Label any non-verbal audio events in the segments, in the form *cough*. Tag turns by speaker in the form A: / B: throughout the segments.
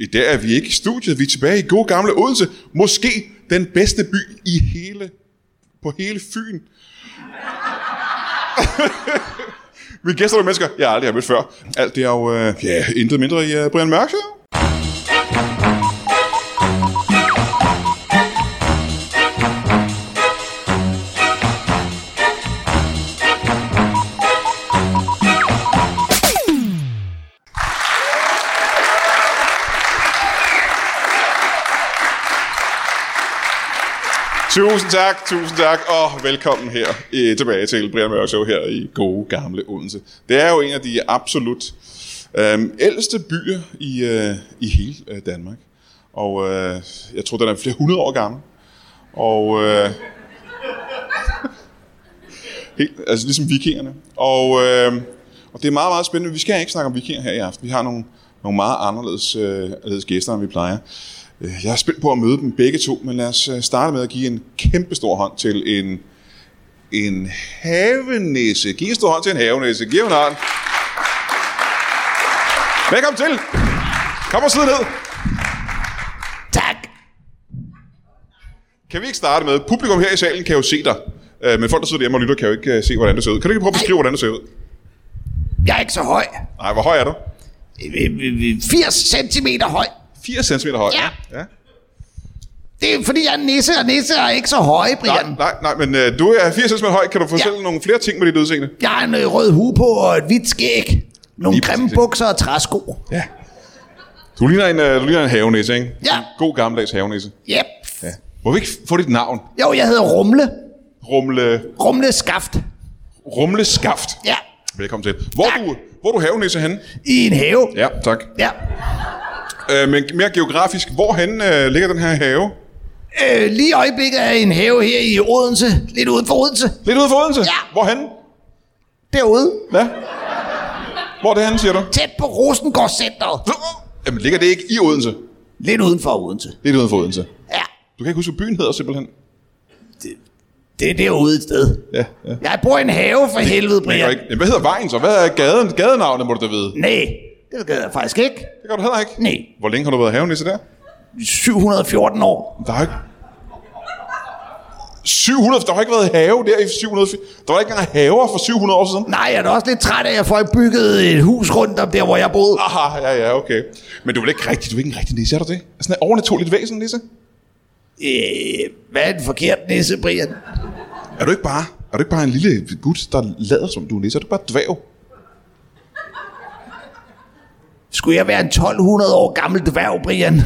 A: I dag er vi ikke i studiet, vi er tilbage i gode gamle Odense. Måske den bedste by i hele, på hele Fyn. *laughs* Mine gæster er mennesker, jeg aldrig har mødt før. Alt det er jo øh, ja, intet mindre i øh, Brian Mørk Show. Tusind tak, tusind tak, og velkommen her øh, tilbage til Brian Mørk Show her i gode gamle Odense. Det er jo en af de absolut øh, ældste byer i, øh, i hele øh, Danmark. Og øh, jeg tror, den er flere hundrede år gammel. Og øh, helt, altså ligesom vikingerne. Og, øh, og det er meget, meget spændende. Vi skal ikke snakke om vikinger her i aften. Vi har nogle, nogle meget anderledes, øh, anderledes gæster, end vi plejer. Øh, Jeg er spændt på at møde dem begge to, men lad os øh, starte med at give en kæmpe stor hånd til en, en havenæse. Giv en stor hånd til en havenæse. Giv en hånd. Velkommen til. Kom og sid ned.
B: Tak.
A: Kan vi ikke starte med, publikum her i salen kan jo se dig, øh, men folk, der sidder hjemme og lytter, kan jo ikke øh, se, hvordan det ser ud. Kan du ikke prøve at beskrive, hvordan det ser ud?
B: Jeg er ikke så høj.
A: Nej, hvor høj er du?
B: Øh, øh, øh, 80 cm høj.
A: 80 cm høj.
B: Ja.
A: ja.
B: Det er fordi, jeg er en nisse, og nisser er ikke så høje,
A: Nej,
B: Brian.
A: nej, nej, men øh, du er 80 cm høj. Kan du fortælle ja. nogle flere ting med dit udseende?
B: Jeg har en øh, rød hue på og et hvidt skæg. Nogle
A: Lige
B: grimme
A: præcis.
B: bukser og træsko.
A: Ja. Du ligner en, øh, du ligner en havenæse, ikke?
B: Ja.
A: En god gammeldags havenæse.
B: Yep.
A: Ja. Må vi ikke få dit navn?
B: Jo, jeg hedder Rumle.
A: Rumle,
B: Rumle Skaft.
A: Rumle Skaft.
B: Ja.
A: Velkommen til. Hvor er
B: Tak.
A: du, hvor er du havenæse henne?
B: I en have.
A: Ja, tak.
B: Ja.
A: Øh, men mere geografisk, hvorhen øh, ligger den her have?
B: Øh, lige i øjeblikket er jeg i en have her i Odense. Lidt uden for Odense.
A: Lidt ude for Odense?
B: Ja.
A: Hvorhen?
B: Derude.
A: Ja. Hvor er det henne, siger du?
B: Tæt på Rosengårdscenteret.
A: Jamen, ligger det ikke i Odense?
B: Lidt uden for Odense.
A: Lidt uden for Odense.
B: Ja.
A: Du kan ikke huske, hvad byen hedder simpelthen.
B: Det er derude et sted.
A: Ja, ja.
B: Jeg bor i en have for helvede,
A: Men jeg kan
B: Brian.
A: ikke. Jamen, hvad hedder vejen så? Hvad er gaden? Gadenavnet må du da vide.
B: Nej, det gør jeg faktisk ikke.
A: Det gør du heller ikke.
B: Nej,
A: Hvor længe har du været havenisse der?
B: 714 år.
A: Der har ikke... 700, der har ikke været have der i 700... Der var ikke engang haver for 700 år siden.
B: Nej, jeg er da også lidt træt af, at folk byggede et hus rundt om der, hvor jeg boede.
A: Aha, ja, ja, okay. Men du er vel ikke rigtig, du er ikke en rigtig nisse, er du det? Er sådan et overnaturligt væsen, nisse?
B: Øh, hvad er en forkert nisse, Brian?
A: Er du ikke bare, er du ikke bare en lille gut, der lader som du er nisse? Er du bare dvæv?
B: Skulle jeg være en 1200 år gammel dværg, Brian?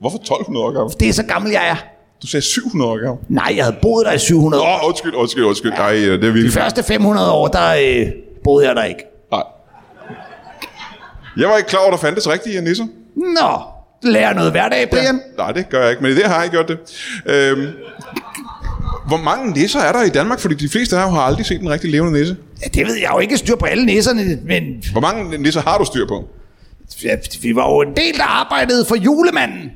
A: Hvorfor 1200 år gammel?
B: Det er så gammel, jeg er.
A: Du sagde 700 år gammel.
B: Nej, jeg havde boet der i 700
A: Åh,
B: år.
A: oh, undskyld, undskyld, undskyld. Nej, det er
B: De
A: virkelig...
B: første 500 år, der øh, boede jeg der ikke.
A: Nej. Jeg var ikke klar over, der fandtes rigtige nisser.
B: Nå, det lærer jeg noget hverdag, Brian.
A: Nej, det gør jeg ikke, men i det har jeg gjort det. Øhm, hvor mange nisser er der i Danmark? Fordi de fleste af jer har aldrig set en rigtig levende nisse.
B: Ja, det ved jeg jo ikke styr på alle nisserne, men
A: Hvor mange nisser har du styr på?
B: ja, vi var jo en del, der arbejdede for julemanden.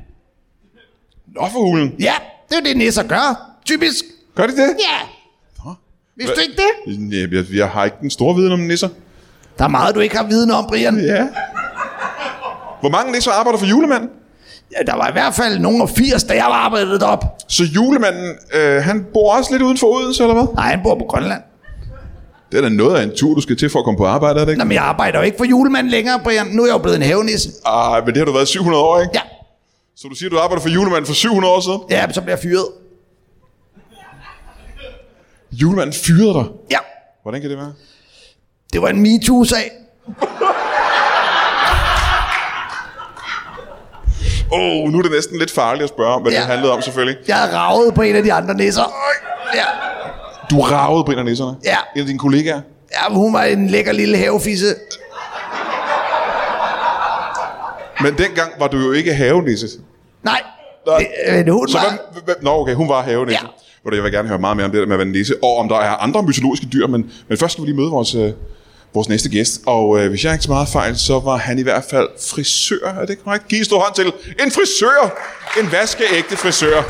A: Nå for hulen.
B: Ja, det er jo det, nisser gør. Typisk.
A: Gør de det?
B: Ja. Vidste
A: Hva-
B: du ikke det?
A: Jeg, jeg, jeg har ikke den store viden om nisser.
B: Der er meget, du ikke har viden om, Brian.
A: Ja. Hvor mange nisser arbejder for julemanden?
B: Ja, der var i hvert fald nogen af 80, da jeg var arbejdet op.
A: Så julemanden, øh, han bor også lidt uden for Odense, eller hvad?
B: Nej, han bor på Grønland.
A: Det er da noget af en tur, du skal til for at komme på arbejde, er det
B: Nå,
A: ikke?
B: men jeg arbejder jo ikke for julemanden længere, Brian. Nu er jeg jo blevet en havenisse.
A: Ej, Ah, men det har du været i 700 år, ikke?
B: Ja,
A: Så du siger, du arbejder for julemanden for 700 år siden?
B: ja men så bliver jeg fyret.
A: Julemanden fyrede dig.
B: Ja,
A: Hvordan kan det være?
B: det var en MeToo-sag.
A: Åh, oh, nu er det næsten lidt farligt at spørge om, hvad ja.
B: Ja.
A: det handlede om selvfølgelig.
B: Jeg havde ravet på en af de andre nisser. Ja,
A: Du ragede Brian og Nisserne.
B: Ja.
A: En af dine kollegaer.
B: ja hun var en lækker lille havefisse.
A: Men dengang var du jo ikke havenisse.
B: Nej,
A: Nej.
B: øh, men hun
A: Så
B: var...
A: hvad, hvad, nå, okay, hun var havenisse.
B: Ja.
A: Ja. Jeg vil gerne høre meget mere om det der med at være en nisse, og om der er andre mytologiske dyr, men, men først skal vi lige møde vores, øh, vores næste gæst. Og øh, hvis jeg ikke tager meget fejl, så var han i hvert fald frisør. Er det korrekt? Giv en stor hånd til en frisør! En vaskeægte frisør.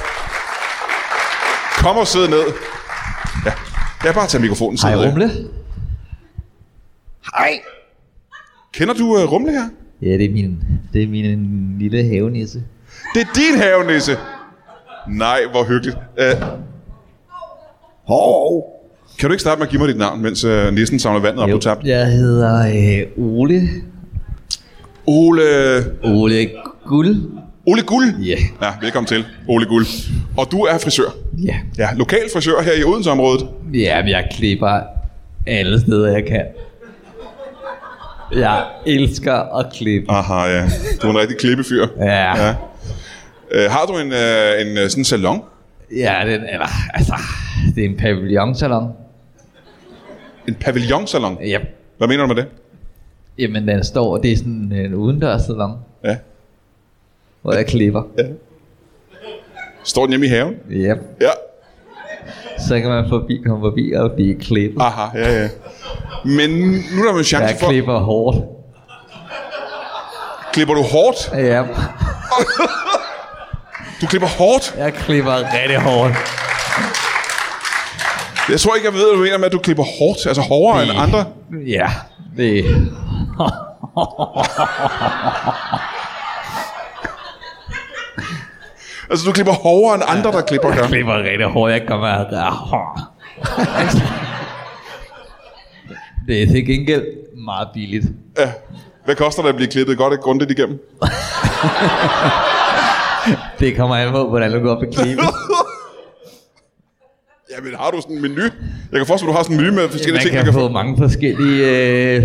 A: Kom og sid ned. Ja, jeg bare tage mikrofonen. sid
C: Hej
A: ned.
C: Rumle.
B: Hej.
A: Kender du øh, Rumle her?
C: Ja, det er min, det er min lille havenisse.
A: Det er din havenisse. Nej, hvor hyggeligt. Øh,
B: Hov.
A: kan du ikke starte med at give mig dit navn, mens øh, nissen samler vandet op på tabt?
C: jeg hedder øh, Ole.
A: Ole...
C: Ole Guld.
A: Ole Guld.
C: Ja.
A: Ja, velkommen til, Ole Guld. Og du er frisør.
C: Ja.
A: Ja, lokal frisør her i Odenseområdet.
C: Ja, men jeg klipper alle steder, jeg kan. Jeg elsker at klippe.
A: Aha, ja. Du er en rigtig klippefyr.
C: Ja,
A: ja. Øh, har du en, øh, en øh, sådan en salon?
C: ja den, eller, altså, det er en pavillonsalon.
A: En pavillonsalon?
C: Ja.
A: Hvad mener du med det?
C: Jamen, den står, det er sådan en udendørssalon,
A: Ja.
C: hvor jeg klipper.
A: Står den hjemme i haven?
C: Ja.
A: Ja.
C: Så kan man forbi, komme forbi og blive klippet.
A: Aha, ja, ja. Men nu er der jo en chance
C: Jeg
A: for...
C: klipper hårdt.
A: Klipper du hårdt?
C: Ja,
A: Du klipper hårdt?
C: jeg klipper rigtig hårdt.
A: Jeg tror ikke, jeg ved, hvad du mener med, at du klipper hårdt. Altså hårdere end andre.
C: Ja, det
A: Altså, du klipper hårdere end andre, der klipper gør.
C: *laughs* jeg klipper rigtig hårdt. Jeg kommer *laughs* hårdt. Det er til gengæld meget billigt.
A: Ja. Hvad koster det at blive klippet godt og grundigt igennem?
C: Det kommer an på, hvordan du går op i klippet. *laughs*
A: Jamen, har du sådan en menu? Jeg kan forestille mig, du har sådan en menu med forskellige
C: Man
A: ting,
C: kan få mange forskellige øh,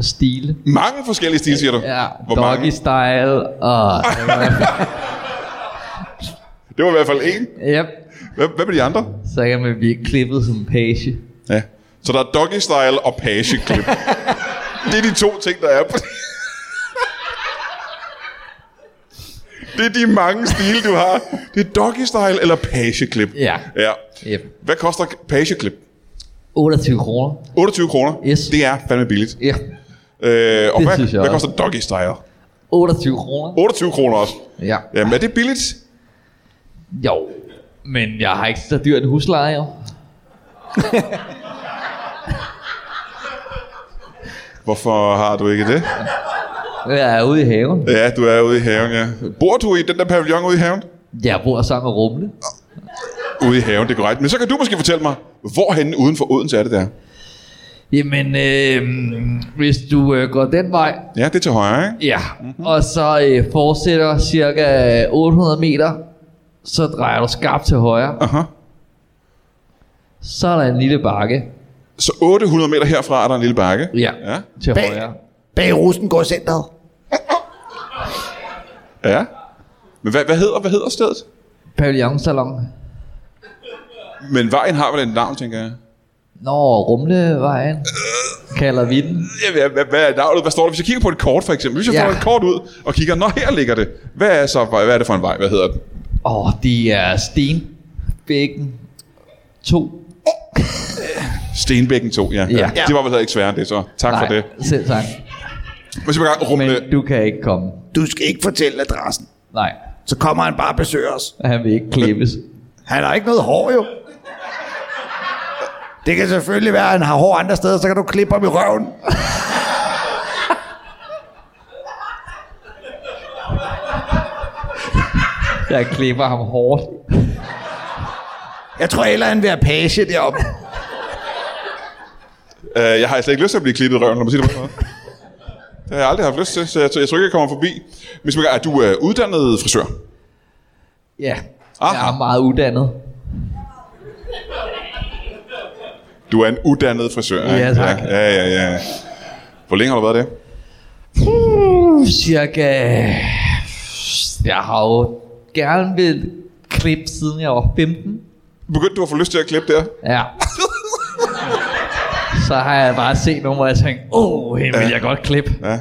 C: stile.
A: Mange forskellige stil, siger du?
C: Ja,
A: Hvor
C: doggy
A: mange?
C: style *laughs* og...
A: Det var i hvert fald en.
C: Yep.
A: Hvad, hvad med de andre?
C: Så kan man blive klippet som page.
A: Ja. Så der er doggy style og pageklip.
C: *laughs*
A: det er de to ting, der er på Det er de mange stile, du har. Det er doggy style eller pageklip.
C: Ja.
A: ja.
C: Yep.
A: Hvad koster pageklip?
C: 28 kroner.
A: 28 kroner.
C: Yes.
A: Det er fandme billigt.
C: Ja.
A: Øh, og
C: Det
A: hvad,
C: synes jeg
A: hvad
C: også.
A: koster doggy style?
C: 28 kroner.
A: 28 kroner også.
C: Ja.
A: Jamen, er det billigt?
C: Jo. Men jeg har ikke så dyrt en husleje, jo.
A: Hvorfor har du ikke det?
C: Jeg er ude i haven.
A: Ja, du er ude i haven, ja. Bor du i den der pavillon ude i haven?
C: Jeg bor sammen med Rumle.
A: Ude i haven, det er korrekt. Men så kan du måske fortælle mig, hvorhen uden for Odense er det der?
C: Jamen, øh, hvis du øh, går den vej,
A: Ja, det er til højre, ikke?
C: Ja, mm-hmm. og så øh, fortsætter cirka 800 meter, så drejer du skarpt til højre.
A: Aha.
C: Så er der en lille bakke
A: Så 800 meter herfra er der en lille bakke.
C: ja,
A: Ja.
C: til
B: Bag.
C: højre.
B: Bag rusen går centret.
A: ja. Men hvad, hvad, hedder, hvad hedder stedet?
C: Pavillonsalon.
A: Men vejen har vel et navn, tænker jeg.
C: Nå, Rumlevejen kalder vi den.
A: Ja, hvad, hvad, hvad er navnet? Hvad står der? Hvis jeg kigger på et kort, for eksempel. Hvis jeg
C: Ja.
A: får et kort ud og kigger, nå, her ligger det. Hvad er, så, hvad er det for en vej? Hvad hedder den?
C: Åh, det er Stenbækken 2.
A: Stenbækken 2, ja.
C: Ja.
A: Det var vel heller ikke sværere end det, så tak for det.
C: selv tak.
A: Men så gang, rumle.
C: Men du kan ikke komme.
B: Du skal ikke fortælle adressen.
C: Nej,
B: Så kommer han bare og besøger os.
C: han vil ikke klippes.
B: Han har ikke noget hår jo. Det kan selvfølgelig være, at han har hår andre steder, så kan du klippe ham i røven.
C: Jeg klipper ham hårdt.
B: Jeg tror hellere, han vil have page deroppe.
A: Øh, jeg har slet ikke lyst til at blive klippet i røven, når man siger det på den måde. Det har jeg aldrig haft lyst til, så jeg, tror- jeg tror ikke, jeg kommer forbi. Men Smækker, er du øh, uddannet frisør?
C: Ja, jeg
A: Aha.
C: er meget uddannet.
A: Du er en uddannet frisør, ikke?
C: Ja, tak.
A: Ja, ja, ja. ja. Hvor længe har du været det?
C: cirka... Jeg har jo gerne vil klippe, siden jeg var 15.
A: Begyndte du at få lyst til at klippe der? *laughs*
C: Ja. Så har jeg bare set nogle, hvor jeg tænkte, åh, oh, hende vil jeg godt klippe.
A: Ja.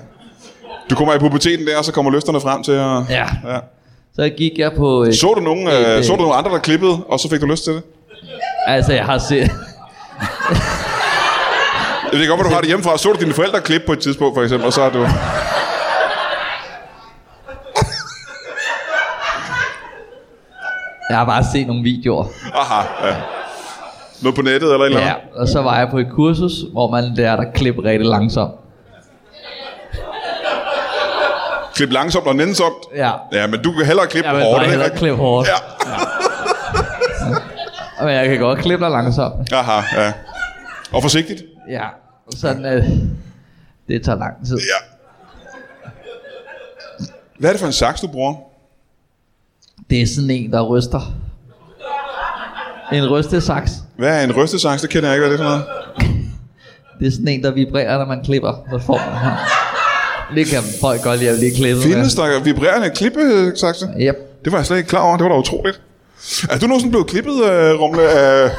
A: Du kommer i puberteten der, og så kommer lysterne frem til at...
C: Ja.
A: ja.
C: Så gik jeg på... øh,
A: Så, du nogen, øh,
C: øh,
A: så du nogen andre, der klippede, og så fik du lyst til det?
C: Altså, jeg har set...
A: Jeg ved godt, hvor du har det hjemmefra. Så du dine forældre klippe på et tidspunkt, for eksempel, og så har du...
C: Jeg har bare set nogle videoer.
A: Aha, ja. Noget på nettet eller et eller
C: Ja,
A: andet?
C: og så var jeg på et kursus, hvor man lærte at klippe rigtig langsomt.
A: Klip langsomt og nænsomt.
C: Ja.
A: Ja, men du kan hellere klippe
C: Jeg
A: ja,
C: vil
A: hårdt.
C: bare
A: ikke
C: hellere
A: rigtigt?
C: klippe hårdt.
A: Ja.
C: Men jeg kan godt klippe dig langsomt.
A: Aha, ja. Og forsigtigt.
C: Ja. Sådan at det tager lang tid.
A: Ja. Hvad er det for en saks, du bruger?
C: Det er sådan en, der ryster. En rystesaks.
A: Hvad er en rystesaks? Det kender jeg ikke, hvad det er for noget.
C: Det er sådan en, der vibrerer, når man klipper. Så får man her. Det kan folk godt lide at blive klippet
A: Findes der vibrerende klippesakse?
C: med. Yep.
A: Det var jeg slet ikke klar over. Det var da utroligt. Er du nogensinde blevet klippet, uh, Rumle? Uh,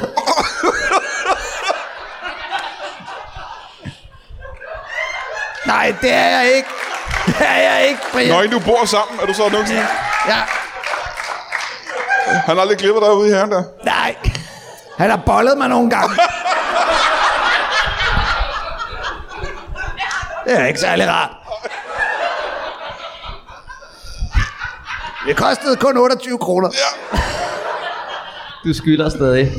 B: Nej, det er jeg ikke. Det er jeg ikke, Brian.
A: når I nu bor sammen, er du så nogensinde...
B: Ja,
A: Han har aldrig klippet dig ude i herren der.
B: nej. Han har bollet mig nogle gange. Det er ikke særlig rart. Det kostede kun 28 kroner.
C: Du skylder stadig.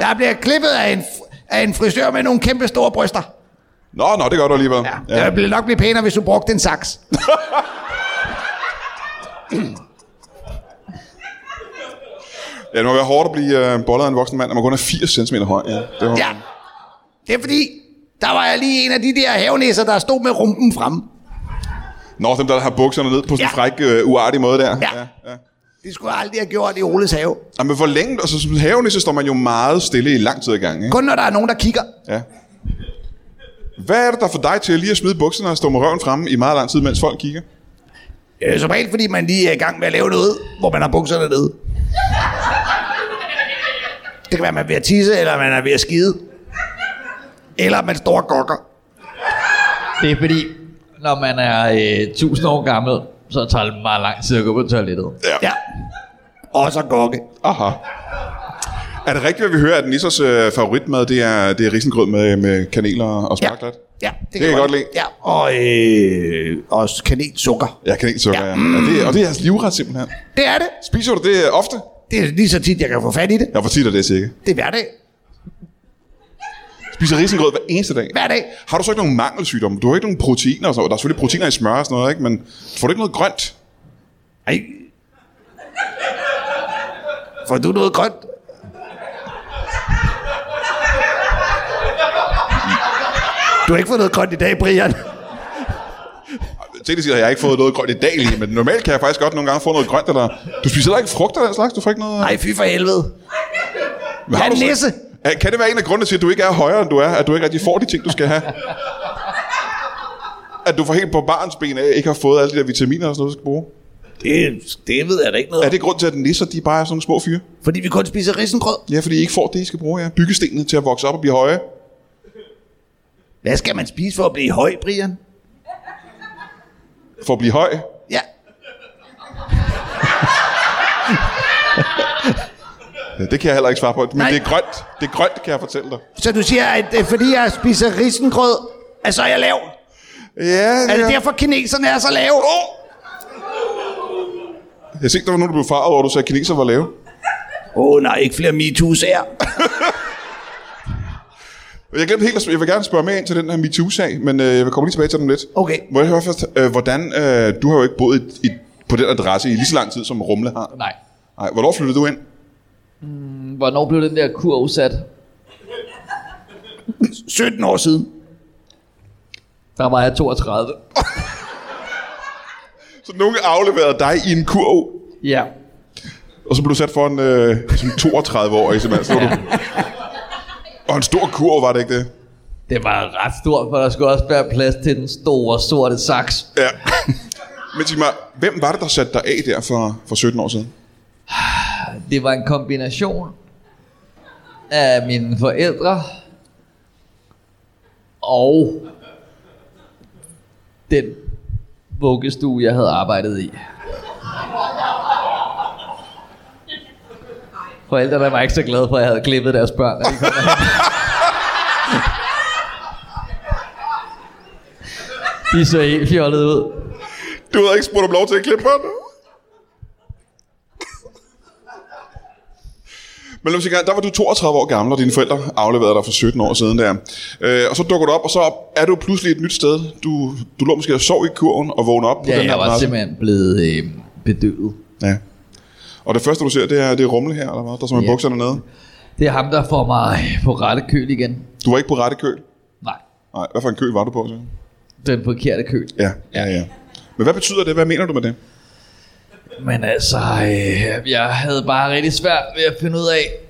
B: Jeg bliver klippet af en, af en frisør med nogle kæmpe store bryster.
A: Nå, nå, det gør du alligevel.
B: Ja. ja. Det ville nok blive pænere, hvis du brugte en saks.
A: ja, det må være hårdt at blive uh, bollet af en voksen mand, når man kun er 80 cm høj. Ja, det var...
B: Ja. Det er fordi, der var jeg lige en af de der havenæsser, der stod med rumpen fremme.
A: Nå, dem der har bukserne ned på sådan en
B: Ja.
A: fræk, uh, uartig måde der.
B: Ja.
A: ja.
B: Det skulle jeg aldrig have gjort i Oles have.
A: Nå, men hvor længe... Altså, som haven, så står man jo meget stille i lang tid ad gangen, ikke?
B: Kun når der er nogen, der kigger.
A: Ja. Hvad er det, der får dig til lige at smide bukserne og stå med røven fremme i meget lang tid, mens folk kigger?
B: Det er som regel, fordi man lige er i gang med at lave noget, hvor man har bukserne nede. Det kan være, man er ved at tisse, eller man er ved at skide. Eller man står og gokker.
C: Det er fordi, når man er øh, 1000 år gammel, så tager det meget lang tid at gå på toilettet.
B: Ja. Og så gokke.
A: Aha. Er det rigtigt, hvad vi hører, at Nissers øh, favoritmad, det er, det er risengrød med, med kanel og og sparklat?
B: Ja,
A: Det kan jeg godt lide.
B: Ja, og øh, også kanelsukker.
A: Ja, kanelsukker, ja.
B: Ja.
A: ja. ja det, er- og det er hans livret simpelthen.
B: Det er det.
A: Spiser du det øh, ofte?
B: Det er lige så tit, jeg kan få fat i det.
A: Ja, hvor tit er det sikkert.
B: Det er hver dag.
A: Spiser risengrød hver eneste dag?
B: Hver dag.
A: Har du så ikke nogen mangelsygdomme? Du har ikke nogen proteiner og sådan noget. Der er selvfølgelig proteiner i smør og sådan noget, ikke? men får du ikke noget grønt?
B: Ej. Får du noget grønt? Du har ikke fået noget grønt i dag, Brian.
A: Teknisk set har jeg ikke fået noget grønt i dag lige, men normalt kan jeg faktisk godt nogle gange få noget grønt. Eller... Du spiser heller ikke frugt og den slags? Du får ikke noget...
B: Nej, fy for helvede.
A: Hvad
B: Jeg er
A: du så-
B: nisse.
A: Er- Kan det være en af grundene til, at du ikke er højere, end du er? At du ikke rigtig får de ting, du skal have? At du får helt på barns ben af, ikke har fået alle de der vitaminer og sådan noget, du skal bruge?
B: Det, det ved jeg da ikke noget
A: Er
B: om.
A: det grund til, at nisser, de bare er sådan nogle små fyre?
B: Fordi vi kun spiser risengrød.
A: Ja, fordi I ikke får det, I skal bruge, ja. Byggestenene til at vokse op og blive høje.
B: Hvad skal man spise for at blive høj, Brian?
A: For at blive høj.
B: Ja.
A: Ja, det kan jeg heller ikke svare på. Men
B: Nej.
A: det er grønt. Det er grønt, kan jeg fortælle dig.
B: Så du siger, at øh, fordi jeg spiser risengrød, at så er jeg lav?
A: Ja,
B: Er det
A: ja.
B: derfor, kineserne er så lave? Oh!
A: Jeg tænkte, der var nogen, der blev farvet over, at du sagde, at kineser var lave.
B: Åh oh, nej, ikke flere MeToo-sager.
A: Jeg glemte helt at sp- Jeg vil gerne spørge mere ind til den her MeToo-sag, men øh, jeg vil komme lige tilbage til den lidt.
B: Okay.
A: Må jeg høre først, øh, hvordan... Øh, du har jo ikke boet i, i, på den adresse i lige så lang tid, som Rumle har.
C: Nej.
A: Nej, hvornår flyttede du ind?
C: Hvornår blev den der kur udsat?
B: 17 år siden.
C: Der var jeg 32.
A: Så nogen afleverede dig i en kurv,
C: Ja.
A: og så blev du sat for en øh, som 32-årig, simpelthen. Så var du... Og en stor kurv, var det ikke det?
C: Det var ret stort, for der skulle også være plads til den store, sorte saks.
A: Ja. Men sig mig, hvem var det, der satte dig af der for, for 17 år siden?
C: Det var en kombination af mine forældre og den vuggestue, jeg havde arbejdet i. Forældrene var ikke så glade for, at jeg havde klippet deres børn. da de kom derhen. De så helt fjollede ud.
A: Du havde ikke spurgt om lov til at klippe mig. Men lad os sige, der var du 32 år gammel, og dine forældre afleverede dig for 17 år siden der. Øh, og så dukker du op, og så er du pludselig et nyt sted. Du, du lå måske og sov i kurven og vågner op på
C: Ja,
A: den her
C: jeg var
A: adresse.
C: simpelthen blevet øh, bedøvet.
A: Ja. Og det første, du ser, det er, det er rumle her, eller hvad? Der er som ja.
C: Ja.
A: bukserne nede.
C: Det er ham, der får mig på rette køl igen.
A: Du var ikke på rette køl.
C: Nej,
A: Nej, hvad for en køl var du på? Så?
C: den forkerte køl.
A: Ja, ja, ja. Men hvad betyder det? Hvad mener du med det?
C: Men altså, øh, jeg havde bare rigtig svært ved at finde ud af,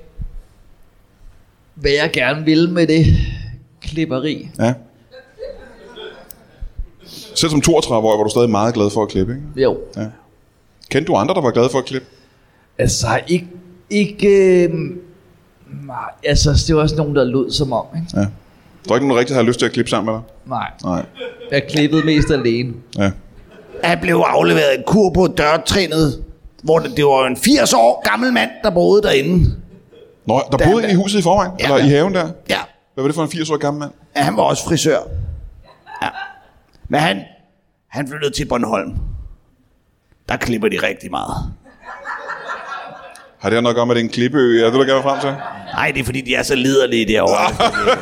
C: hvad jeg gerne ville med det klipperi.
A: Ja. Selv som 32 år var du stadig meget glad for at klippe, ikke?
C: Jo,
A: Kendte du andre, der var glade for at klippe?
C: altså ikke... ikke øh, nej, altså, det var også nogen, der lød som om. Ikke?
A: Ja. Der var ikke nogen der rigtig, der havde lyst til at klippe sammen med dig?
C: Nej,
A: Nej.
C: jeg klippede mest alene.
A: Ja.
B: Han blev afleveret en kur på dørtrinnet, hvor det, det var en 80 år gammel mand, der boede derinde.
A: Nå, der
B: Der-
A: boede en i huset i forvejen? Ja,
B: Ja.
A: eller i haven der?
B: Ja,
A: Hvad var det for en 80 år gammel mand?
B: ja, han var også frisør. Ja. Men han, han flyttede til Bornholm. Der klipper de rigtig meget.
A: Har det noget at gøre med, at det er en klippeø? Er det, du gerne vil frem til?
B: Nej, det er fordi, de er så liderlige derovre.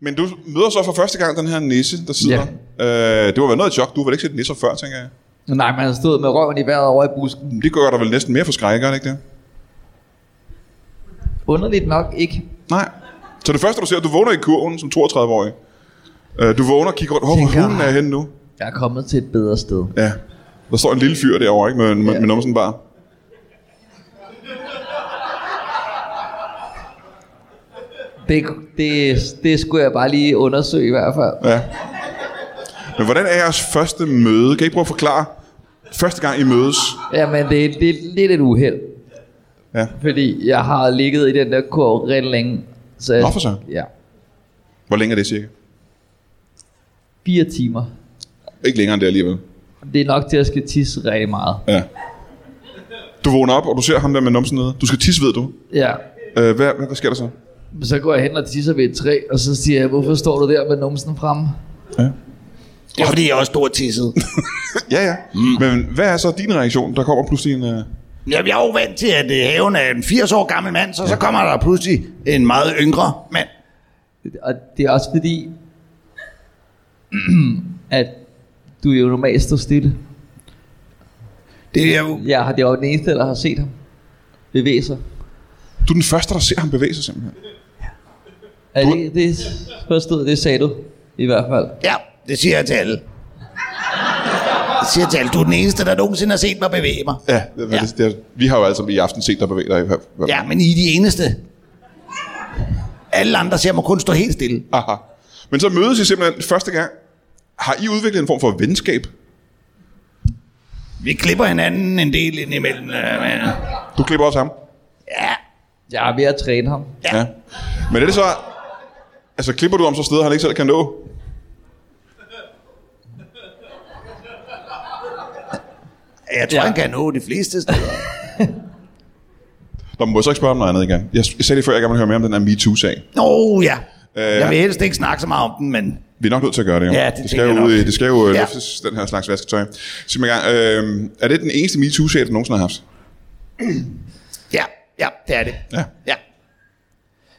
A: Men du møder så for første gang den her nisse, der sidder. Ja. Øh, det var vel noget af et chok. Du har vel ikke set nisser før, tænker jeg.
C: Nej, man stod med røven i vejret over i busken.
A: Det gør dig vel næsten mere for skræk, gør det ikke det?
C: Underligt nok ikke.
A: Nej. Så det første, du ser, du vågner i kurven som 32-årig. Øh, Du vågner og kigger rundt. Hvor
C: Tænker-
A: hvor hunden er jeg henne nu?
C: Jeg er kommet til et bedre sted.
A: Ja. Der står en lille fyr derovre, ikke? Med, med, ja. med numsen bare.
C: Det, det, det skulle jeg bare lige undersøge i hvert fald.
A: Ja. Men hvordan er jeres første møde? Kan I ikke prøve at forklare? Første gang I mødes.
C: Jamen, det, det er lidt et uheld.
A: Ja.
C: Fordi jeg har ligget i den der kurv rigtig længe. Så jeg,
A: Nå, for søren.
C: Ja.
A: Hvor længe er det cirka?
C: Fire timer.
A: Ikke længere end det alligevel.
C: Det er nok til, at jeg skal tisse rigtig meget.
A: Ja. Du vågner op, og du ser ham der med numsen nede. Du skal tisse, ved du.
C: Ja.
A: Øh, hvad, hvad, hvad sker der så?
C: Så går jeg hen og tisser ved et træ, og så siger jeg, hvorfor står du der med numsen fremme?
B: det er fordi, jeg er også stort tisset.
A: Ja, ja. Mm. Men hvad er så din reaktion? Der kommer pludselig en... Øh...
B: Jamen, jeg er jo vant til, at øh, haven er en 80 år gammel mand, så, ja. så kommer der pludselig en meget yngre mand.
C: Og det er også fordi, *clears throat* at du jo normalt står stille.
B: Det er jo...
C: Jeg har det er jo den eneste, der har set ham bevæge sig.
A: Du er den første, der ser ham bevæge sig simpelthen.
C: Er
A: Du-
C: det, det forstod, det sagde du i hvert fald.
B: Ja, det siger jeg til alle. Det siger jeg til alle. Du er den eneste, der nogensinde har set mig bevæge mig.
A: Ja, det, ja.
B: Ja.
A: Det, det, vi har jo altså i aften set dig bevæge dig. i hvert fald.
B: Ja, men I er de eneste. Alle andre ser mig kun stå helt stille.
A: Aha. Men så mødes I simpelthen første gang. Har I udviklet en form for venskab?
B: Vi klipper hinanden en del indimellem. øh, men-
A: Du klipper også ham.
B: Ja,
C: Jeg er ved at træne ham.
B: Ja.
A: Men er det så... Altså, klipper du om så steder, han ikke selv kan nå?
B: jeg tror,
C: Ja.
B: ja. han kan nå de fleste steder.
A: Nå, men må jeg så ikke spørge om noget andet igen? Jeg sagde det før, jeg gerne vil høre mere om den her MeToo-sag.
B: Nå ja.
A: Øh,
B: Jeg vil helst ikke snakke så meget om den, men
A: Vi er nok nødt til at gøre det, jo.
B: Ja, det
A: det
B: tænker
A: skal
B: jeg
A: jo, ud
B: nok.
A: i- det skal jo ja.
B: Ja.
A: løftes, den her slags vasketøj. Sig mig gang, øh, er det den eneste MeToo-sag, du nogensinde har haft?
B: ja, ja, det er det.
A: Ja.
B: ja.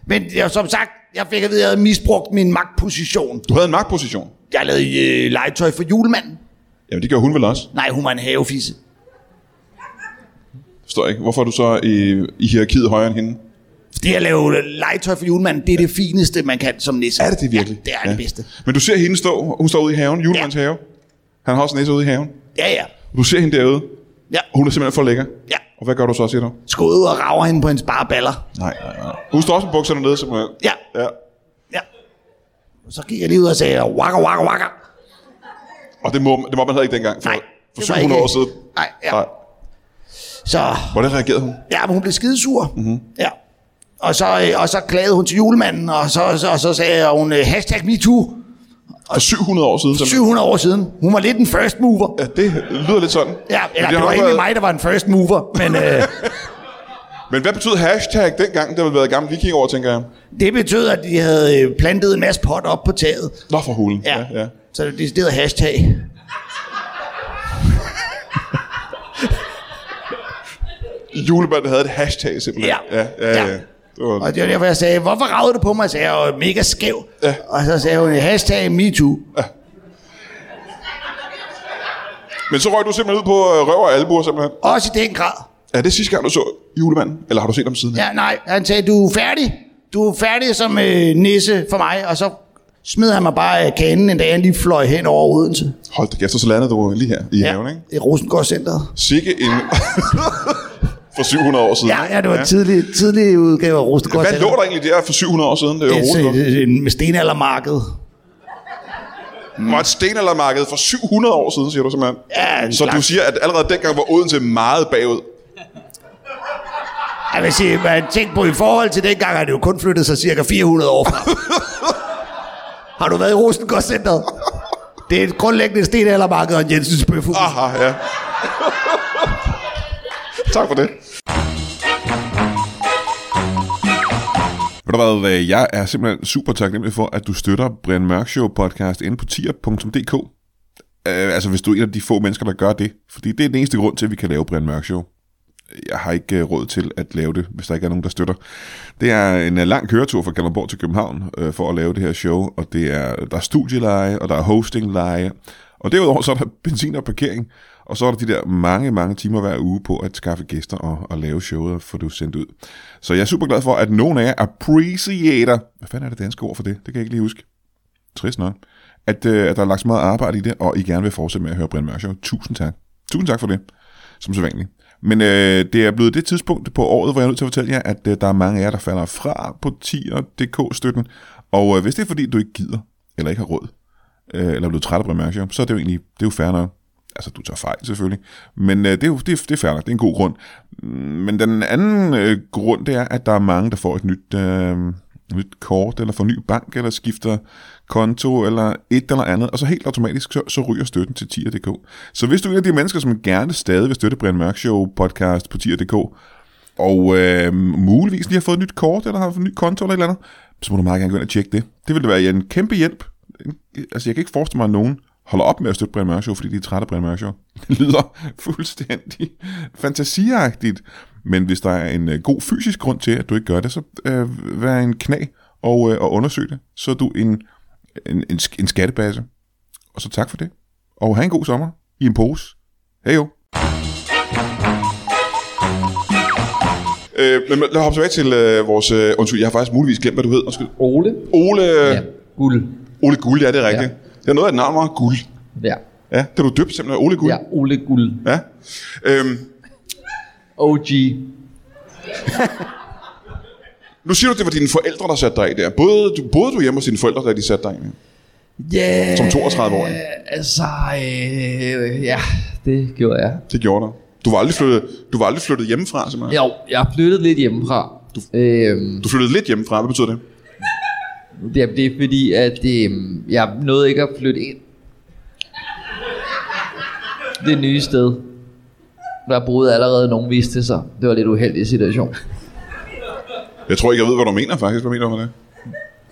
B: Men jeg, som sagt, jeg fik at vide, at jeg havde misbrugt min magtposition.
A: Du havde en magtposition.
B: Jeg lavede øh, legetøj for julemanden.
A: Jamen, det gør hun vel også.
B: Nej, hun var en havefisse.
A: Forstår jeg ikke. Hvorfor er du så i, i hierarkiet højere end hende?
B: Fordi at lave legetøj for julemanden, det er det fineste, man kan som nisse.
A: Er det det virkelig?
B: Ja, det er ja. det bedste.
A: Men du ser hende stå. Hun står ude i haven. Julemandens ja. have. Han har også en næse ude i haven.
B: Ja, ja.
A: Du ser hende derude.
B: Ja,
A: Hun er simpelthen for lækker.
B: ja.
A: Og hvad gør du så, siger du?
B: Skåret ud og rager hende på hendes bare baller.
A: Nej, nej, nej. Hun står også med bukserne nede, simpelthen.
B: Ja,
A: Ja.
B: ja. Så gik jeg lige ud og sagde, waka, waka, waka.
A: Og det må, det må man heller ikke dengang. For,
B: Nej,
A: for
B: det var
A: 700
B: ikke-
A: år siden.
B: Nej, ja.
A: Nej.
B: Så,
A: Hvordan reagerede hun?
B: ja, men hun blev skidesur. Mm-hmm. Ja. Og så, øh, og så klagede hun til julemanden, og så, så, og så sagde hun, øh, hashtag MeToo,
A: For 700 år siden. simpelthen.
B: 700 år siden. Hun var lidt en first mover.
A: Ja, det lyder lidt sådan.
B: Ja,
A: Men
B: eller
A: har
B: det var
A: nok
B: egentlig
A: været-
B: mig, der var en first mover, men øh,
A: *laughs* Men hvad betød hashtag dengang? Det har vel været gamle vikingår, tænker jeg.
B: det betød, at de havde øh, plantet en masse pot op på taget.
A: Nå, for hulen.
B: Ja.
A: ja. ja.
B: Så det er decideret hashtag.
D: Julebørnene havde et hashtag simpelthen.
B: Ja.
D: ja, ja, ja.
B: Ja.
D: Det var,
B: Og det var derfor, jeg sagde, hvorfor ragede du på mig? sagde jeg, og mega skæv.
D: Ja.
B: Og så sagde hun, hashtag MeToo.
D: men så røg du simpelthen ud på øh, røv og albuer simpelthen.
B: Også i den grad.
D: Er det sidste gang, du så julemanden? Eller har du set ham siden?
B: Ja, nej, han sagde, du er færdig. Du er færdig som øh, nisse for mig. Og så smed han mig bare øh, kanen en dag, han lige fløj hen over Odense.
D: Hold da kæft, og så landede du lige her i ja. haven, ikke?
B: I Rosengårdscenteret.
D: Sikke en...
A: *laughs*
D: for 700 år siden.
B: Ja, ja, det var ja. tidlig, tidlig udgave af Rosengårdscenteret.
D: Hvad lå der egentlig der for 700 år siden? Det er jo rodet.
B: Det er et- et stenaldermarked.
D: Det var et stenaldermarked for 700 år siden, siger du simpelthen.
B: Ja, en
D: Så du
B: slags-
D: siger, at allerede dengang var Odense meget bagud.
B: Jeg vil sige, man tænk på i forhold til dengang, har det jo kun flyttet sig cirka 400 år frem. har du været i Rosengårdscenteret? Det er et grundlæggende stenaldermarked og en Jensens bøfhus. Ah.
D: Aha,
B: *laughs*
D: ja. tak for det.
A: Ved du hvad, øh, jeg er simpelthen super taknemmelig for, at du støtter Brian Mørk Show podcast inde på tier.dk. Uh, altså hvis du er en af de få mennesker, der gør det. Fordi det er den eneste grund til, at vi kan lave Brian Mørk Show. Jeg har ikke øh, råd til at lave det, hvis der ikke er nogen, der støtter. Det er en øh, lang køretur fra Kalundborg til København øh, for at lave det her show. Og det er, der er studieleje, og der er hostingleje. Og derudover så er der benzin og parkering. Og så er der de der mange, mange timer hver uge på at skaffe gæster og, og lave showet og få det sendt ud. Så jeg er super glad for, at nogen af jer appreciater... Hvad fanden er det danske ord for det? Det kan jeg ikke lige huske. Trist nok. At, øh, at der er lagt så meget arbejde i det, og I gerne vil fortsætte med at høre Brian Mørk Show. Tusind tak. Tusind tak for det, som så vanligt. Men øh, det er blevet det tidspunkt på året, hvor jeg er nødt til at fortælle jer, at øh, der er mange af jer, der falder fra på tier.dk-støtten. Og øh, hvis det er fordi, du ikke gider, eller ikke har råd, øh, eller er blevet træt af Brian Mørk Show, så er det jo egentlig det er jo fair nok. Altså, du tager fejl selvfølgelig, men øh, det, er jo, det, er- det er fair nok, det er en god grund. Mm, Men den anden øh, grund, det er, at der er mange, der får et nyt, øh, nyt kort, eller får ny bank, eller skifter konto, eller et eller andet, og så helt automatisk, så, så ryger støtten til tier.dk. Så hvis du er en af de mennesker, som gerne stadig vil støtte Brian Mørk Show podcast på tier.dk, og øh, muligvis lige har fået et nyt kort, eller har fået en ny konto, eller et eller andet, så må du meget gerne gå ind og tjekke det. Det ville være en kæmpe hjælp. Altså, jeg kan ikke forestille mig, at nogen holder op med at støtte Brian Mørk Show, fordi de er trætte af Brian Mørk Show. *laughs* Det lyder fuldstændig fantasiagtigt. Men hvis der er en øh, god fysisk grund til, at du ikke gør det, så øh, vær en knæ og, øh, og undersøg det. Så er du en, en, en, sk- en skattebase. Og så tak for det. Og have en god sommer i en pose. Hej jo.
D: Øh, men lad os hoppe tilbage til øh, vores... Øh, undskyld, jeg har faktisk muligvis glemt, hvad du hed. Undskyld.
C: Ole.
D: Ole, ja.
C: Ja. Guld.
D: Ole Guld, ja, det er rigtigt. Ja. Det er noget af et navn, var Guld.
C: Ja.
D: Ja, det er du døbt simpelthen, Ole Guld.
C: Ja, Ole Guld.
D: ja. Øhm,
C: OG.
D: nu siger du, det var dine forældre, der satte dig i der. Både, du, boede du hjemme hos dine forældre, da de satte dig i der?
C: Yeah.
D: Som 32-årig.
C: Altså, øh, ja, det gjorde jeg.
D: Det gjorde der. Du var aldrig flyttet, du var aldrig flyttet hjemmefra, simpelthen.
C: Jo, jeg flyttede lidt hjemmefra. Du... Øhm,
D: Du flyttede lidt hjemmefra, hvad betyder det?
C: det, er, det er fordi, at øhm, jeg nåede ikke at flytte ind. Det nye sted. Der boede allerede nogen viste sig. Det var en lidt uheldig situation.
D: Jeg tror ikke, jeg ved, hvad du mener faktisk. Hvad mener du med det?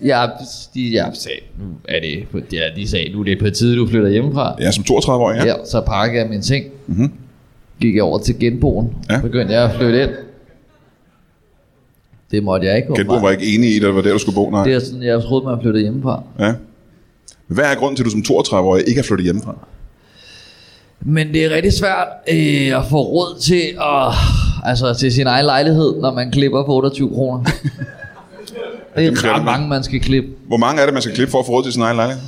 C: Jeg, de, jeg sagde, nu er det, på- ja, de sagde, nu er det på tide, du flytter hjemmefra.
D: Ja, som 32-årig, ja. Mhm.
C: Ja. ja så pakkede jeg mine ting. Mm-hmm. Gik jeg over til genboen.
D: Ja.
C: Ja. Begyndte jeg at flytte ind. Det måtte jeg ikke.
D: Genbo
C: åbenbart.
D: var ikke enig i, at det var der, du skulle bo. Nej.
C: Det er sådan, jeg troede, man flyttede hjemmefra.
D: Ja. Hvad er grunden til, at du som 32-årig ikke har flyttet hjemmefra?
C: Men det er rigtig svært øh, at få råd til, at, altså, til sin egen lejlighed, når man klipper på 28
D: *laughs*
C: kroner. det
D: det
C: er
D: bliver
C: ret
D: det.
C: mange, man skal klippe.
D: Hvor mange er det, man skal klippe for at få råd til sin egen lejlighed?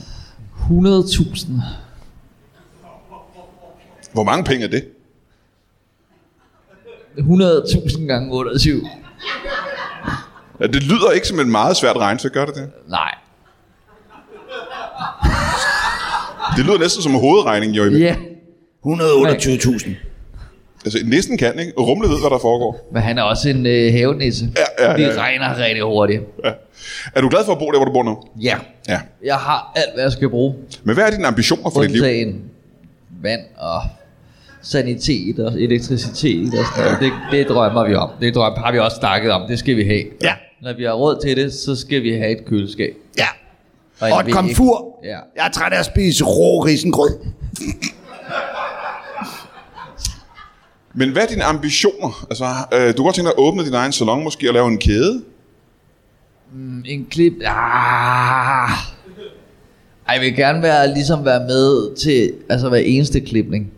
C: 100.000.
D: Hvor mange penge er det?
C: 100.000 gange 28.
D: Ja, det lyder ikke som et meget svært regnestykke, gør det det?
C: Nej.
D: Det lyder næsten som en hovedregning, jo. Yeah.
C: Ja.
B: 128.000.
D: Altså, næsten kan, ikke? Rumle ved, hvad der foregår.
C: Men han er også en øh, havenisse.
D: Ja, ja,
C: Vi
D: ja.
C: regner rigtig hurtigt.
D: Ja. Er du glad for at bo der, hvor du bor nu?
C: Ja.
D: Ja.
C: Jeg har alt, hvad jeg skal bruge.
D: Men hvad er dine ambitioner for dit liv?
C: Undtagen vand og sanitet og elektricitet og sådan noget. Det, det drømmer vi om. Det drømmer, har vi også snakket om. Det skal vi have.
B: Ja.
C: Når vi har råd til det, så skal vi have et køleskab.
B: Ja.
C: jeg
B: Og et
C: ved
B: komfur.
C: ikke- Ja.
B: Jeg er træt af at spise rå risengrød.
A: Men hvad er dine ambitioner? Altså, øh, du kunne godt tænke dig at åbne din egen salon måske og lave en kæde.
C: Mm, En klip... Ah. Ej, jeg vil gerne være, ligesom være med til altså hver eneste klipning.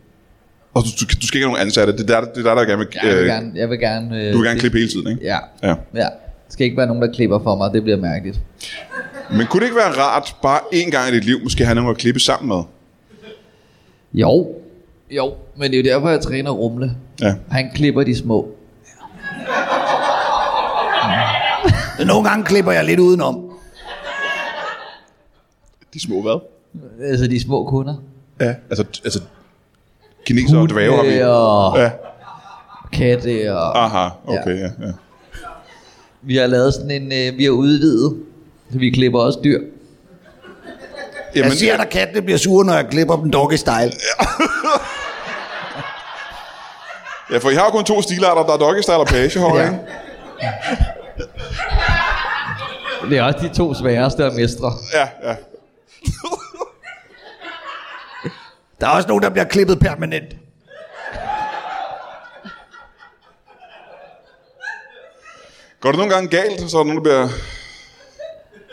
A: Og du, du, du skal ikke have nogen ansatte. Det er der, det er der, der gerne vil...
C: Jeg vil
A: øh,
C: gerne... Jeg vil gerne øh,
A: du vil gerne klippe hele tiden, ikke?
C: Ja,
A: Ja.
C: ja. Der skal ikke være nogen, der klipper for mig. Det bliver mærkeligt.
A: Men kunne det ikke være rart, bare én gang i dit liv, måske have nogen at klippe sammen med?
C: Jo. Jo, men det er jo derfor, jeg træner Rumle.
A: Ja.
C: Han klipper de små.
B: Men nogle gange klipper jeg lidt udenom.
A: De små hvad?
C: Altså de små kunder.
A: Ja. Altså, altså kineser og dvæver har vi.
C: og
A: Ja.
C: katte og...
A: Aha, okay, ja. ja.
C: Vi har lavet sådan en... Øh, vi har udvidet. Så vi klipper også dyr.
B: Jeg
A: Jamen,
B: siger, at kattene bliver sure, når jeg klipper dem doggy style.
A: ja, for I har jo kun to stilarter. Der er doggystyle og pagehår,
C: Ja.
A: ja. ikke?
C: Det er også de to sværeste at mestre.
A: Ja, ja.
B: Der er også nogen, der bliver klippet permanent.
A: Går det nogle gange galt, så er der nogen, der bliver...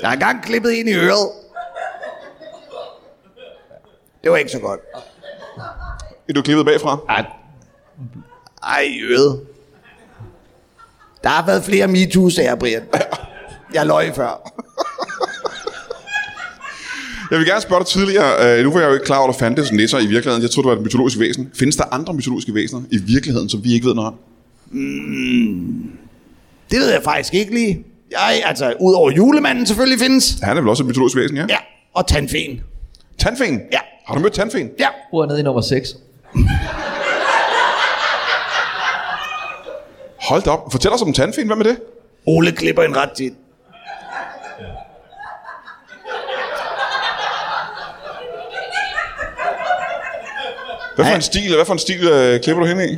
B: Jeg har engang klippet en i øret. Det var ikke så godt.
A: Er du klippet bagfra?
C: Ej,
B: Ej, i øret. Der har været flere MeToo-sager, Brian. Jeg løj før.
A: Jeg vil gerne spørge dig tidligere. Øh, nu var jeg jo ikke klar over, at der fandtes nisser i virkeligheden. Jeg troede, det var et mytologisk væsen. Findes der andre mytologiske væsener i virkeligheden, som vi ikke ved noget om?
B: Det ved jeg faktisk ikke lige. Jeg, altså, udover julemanden selvfølgelig findes.
A: Han er vel også et mytologisk væsen, ja?
B: Ja, og tandfen.
A: Tandfen?
B: Ja.
A: Har du mødt tandfen?
B: Ja,
C: hun er nede i nummer 6.
A: Hold da op. Fortæl os om tandfen. Hvad med det?
B: Ole klipper en ret tit.
A: Hvad for
B: Ja.
A: en stil, hvad for en stil øh, klipper du hende i?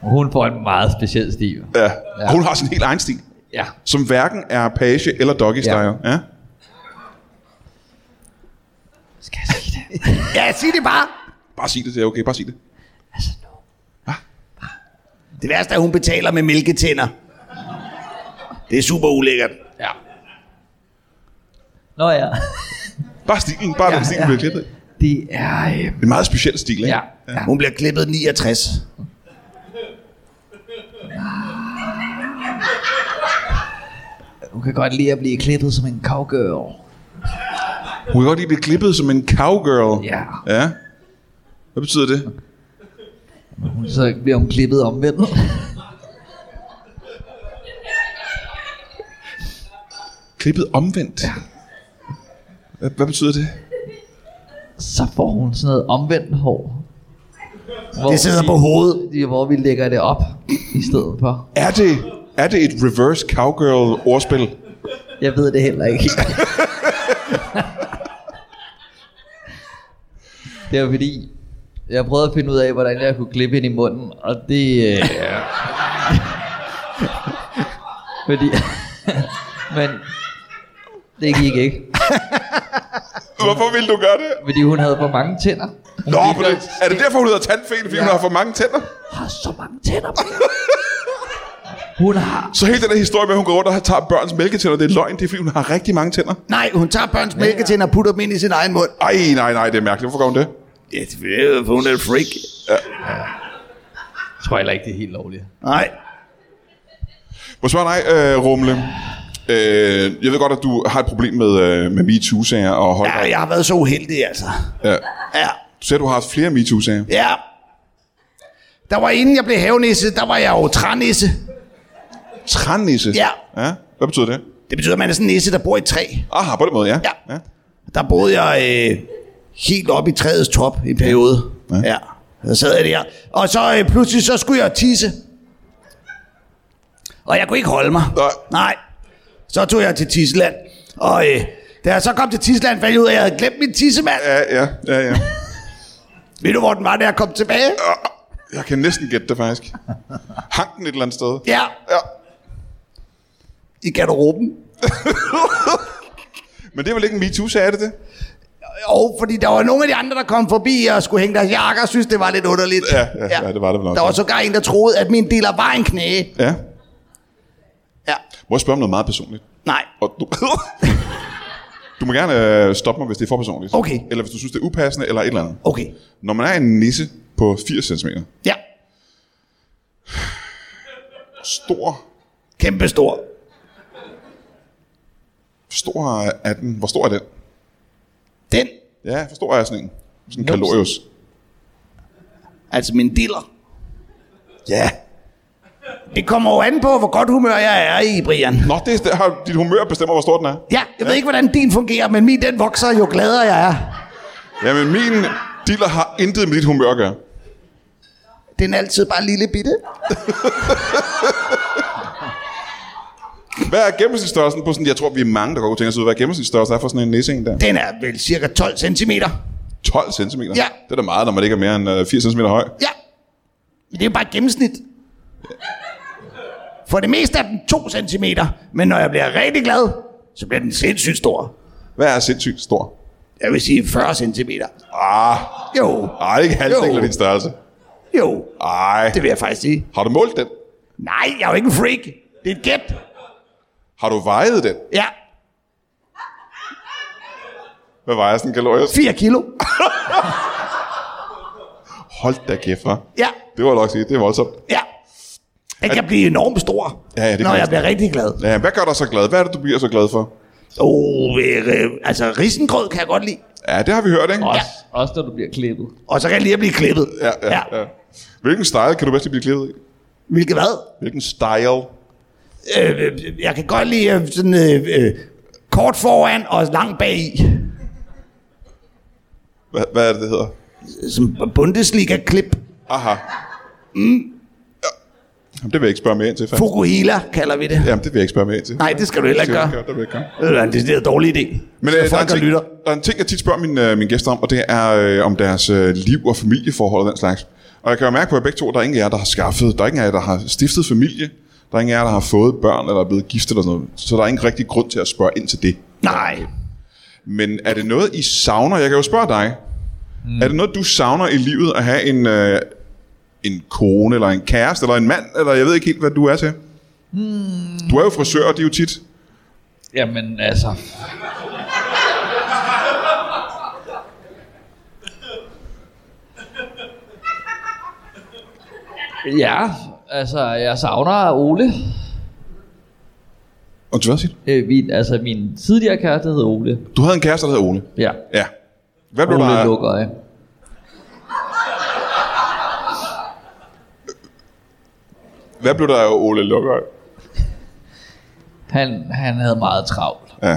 C: Hun får en meget speciel stil.
A: Ja. ja. Hun har sin helt egen stil,
C: Ja.
A: som hverken er page eller doggy style. Ja. ja.
C: Skal jeg sige det?
B: Ja, sig det bare.
A: Bare sig det, det er okay. Bare sig det.
C: altså, no.
B: Det værste er, at hun betaler med mælketænder. Det er super ulækkert.
C: Ja. Nå ja.
A: Bare stilen. Bare ja, den stil, ja. bliver klippet i.
C: Det er... Øh,
A: Det er en meget speciel stil, ikke?
C: ja. ja.
B: Hun bliver klippet 69.
C: Hun kan godt lide at blive klippet som en cowgirl.
A: Hun kan godt lide at blive klippet som en cowgirl.
C: Ja.
A: Ja. Hvad betyder det?
C: Hun, så bliver hun klippet omvendt.
A: Klippet omvendt. Ja. Hvad, hvad betyder det?
C: Så får hun sådan noget omvendt hår. Hvor
B: Det sidder
C: vi-
B: på hovedet.
C: Det er, Hvor vi lægger det op i stedet for.
A: Er det, er det et reverse cowgirl ordspil?
C: Jeg ved det heller ikke. *laughs* det var fordi, jeg prøvede at finde ud af, hvordan jeg kunne klippe ind i munden, og det... Øh, fordi... *laughs* men... Det gik ikke.
A: Hvorfor ville du gøre det?
C: Fordi hun havde for mange tænder. Hun
A: Nå,
C: gik
A: men det,
C: og-
A: er det derfor, hun hedder tandfen, fordi ja. hun
C: Ja.
A: har for mange tænder?
C: har så mange tænder på. Hun har...
A: Så hele den der historie med, at hun går rundt og tager børns mælketænder, det er løgn, det er fordi, hun har rigtig mange tænder.
B: Nej, hun tager børns mælketænder og putter dem ind i sin egen mund.
A: Ej, nej, nej, det er mærkeligt. Hvorfor gør hun det?
B: Ja, det er for hun er en freak.
C: Jeg tror heller ikke, det er helt lovligt.
B: Nej.
A: Må jeg spørge dig, øh, Rumle? Øh, jeg ved godt, at du har et problem med, øh, med MeToo-sager og hold.
B: Ja, jeg har været så uheldig, altså.
A: Ja.
B: Ja.
A: Du sagde, at du har haft flere MeToo-sager.
B: Ja. Der var inden jeg blev havenisse, der var jeg jo trænisse.
A: Trænisse?
B: Ja.
A: ja. Hvad betyder det?
B: Det betyder, at man er sådan en nisse, der bor i træ.
A: Aha, på den måde, ja.
B: Ja. Der boede jeg øh, helt oppe i træets top i en periode. Ja. ja. Så sad jeg der. Og så øh, pludselig så skulle jeg tisse. Og jeg kunne ikke holde mig.
A: Nej.
B: Nej. Så tog jeg til Tisland. Og øh, da jeg så kom til Tisland, fandt jeg ud af, at jeg havde glemt min tissemand. Ja.
A: Ja, ja, ja, ja. Ah,
B: Ved du, hvor den var, da jeg kom tilbage?
A: Jeg kan næsten gætte det, faktisk. Hang den et eller andet sted?
B: Ja,
A: ja.
B: i garderoben.
A: Men det er vel ikke en MeToo-sag, er det det?
B: Og fordi der var nogle af de andre, der kom forbi og skulle hænge deres jakker, og synes det var lidt underligt.
A: Ja, ja, ja, det var det vel nok.
B: Der var sågar en, der troede, at min deler var en knæge.
A: Ja.
B: Ja,
A: Må jeg spørge om noget meget personligt?
B: nej.
A: Og du, *laughs* du må gerne øh, stoppe mig, hvis det er for personligt.
B: Okay.
A: Eller hvis du synes, det er upassende, eller et eller andet.
B: Okay.
A: Når man er en nisse på 80 cm,
B: Ja,
A: stor,
B: kæmpe stor.
A: stor er den. Hvor stor er den?
B: Den,
A: Ja, hvor stor er sådan en? Sådan en kalorius.
B: altså min diller. Ja. Det kommer jo an på, hvor godt humør jeg er i, Brian.
A: Nå, det, er- det har, dit humør bestemmer, hvor stor den er.
B: Ja, jeg ja. ved ikke, hvordan din fungerer, men min den vokser, jo gladere jeg er.
A: Jamen, min diller har intet med dit humør at gøre.
B: Den er altid bare lille bitte.
A: Hvad er gennemsnitsstørrelsen på sådan, jeg tror, vi er mange, der går og tænker sig ud, hvad gennemsnitsstørrelsen er for sådan en næse en der?
B: Den er vel cirka 12 cm.
A: 12 cm?
B: Ja.
A: Det er da meget, når man ikke er mere end øh, 80 cm høj.
B: Ja. Men det er jo bare et gennemsnit. For det meste er den 2 cm, men når jeg bliver rigtig glad, så bliver den sindssygt stor.
A: Hvad er sindssygt stor?
B: Jeg vil sige 40 cm.
A: Ah,
B: Jo,
A: ej, ikke halvdelen
B: Jo.
A: af din størrelse.
B: jo,
A: Ej.
B: det vil jeg faktisk sige.
A: Har du målt den?
B: Nej, jeg er jo ikke en freak. Det er et gæt.
A: Har du vejet den?
B: Ja,
A: Hvad vejer sådan en kalorier?
B: 4 kilo.
A: Hold da kæft, hva'?
B: Ja,
A: Det var nok sige, det er voldsomt.
B: ja. Den kan blive enormt stor,
A: Ja, ja, det
B: når
A: kan
B: jeg
A: den.
B: bliver rigtig glad.
A: Ja, hvad gør dig så glad? Hvad er det, du bliver så glad for?
B: Oh, øh, øh, altså risengrød kan jeg godt lide.
A: Ja, det har vi hørt, ikke?
C: Også, ja. også når du bliver klippet.
B: Og så kan jeg lide at blive klippet.
A: Ja, ja, ja. Hvilken style kan du bedst lide at blive klippet i?
B: Hvilket hvad?
A: Hvilken style?
B: Øh, øh, jeg kan godt lide øh, sådan øh, øh, kort foran og langt bag i.
A: Hvad, hvad er det, det hedder?
B: Som Bundesliga-klip.
A: Aha. Ja. Jamen, det vil jeg ikke spørge mere ind til, fandme.
B: Fukuhila kalder vi det.
A: Jamen, det vil jeg ikke spørge mere ind til.
B: Nej, det skal du heller ikke
A: det,
B: gøre.
A: det, det vil jeg ikke gøre.
B: Det er en decideret dårlig idé.
A: Men øh,
B: Så
A: der, er
B: folk,
A: en
B: der
A: ting,
B: lytter.
A: der er en ting, jeg tit spørger mine, øh, mine gæster om, og det er øh, om deres øh, liv og familieforhold og den slags. Og jeg kan jo mærke på jer begge to, at der er ingen af jer, der har skaffet, der er ingen af jer, der har stiftet familie, der er ingen af jer, der har fået børn eller er blevet gift eller sådan noget. Så der er ingen rigtig grund til at spørge ind til det.
B: Nej.
A: Men er det noget, I savner? Jeg kan jo spørge dig. Mm. Er det noget, du savner i livet at have en, øh, en kone, eller en kæreste, eller en mand, eller jeg ved ikke helt, hvad du er til? Mm. Du er jo frisør, og det er jo tit.
C: Jamen altså... Ja, altså jeg savner Ole.
A: Og du, hvad siger du?
C: Øh, min, altså min tidligere kæreste hed Ole.
A: du havde en kæreste, der hed Ole.
C: Ja,
A: Ja. Hvad blev
C: Ole
A: der...
C: lukker øje.
A: Hvad blev der af Ole Lukker?
C: Han, han havde meget travlt.
A: Ja.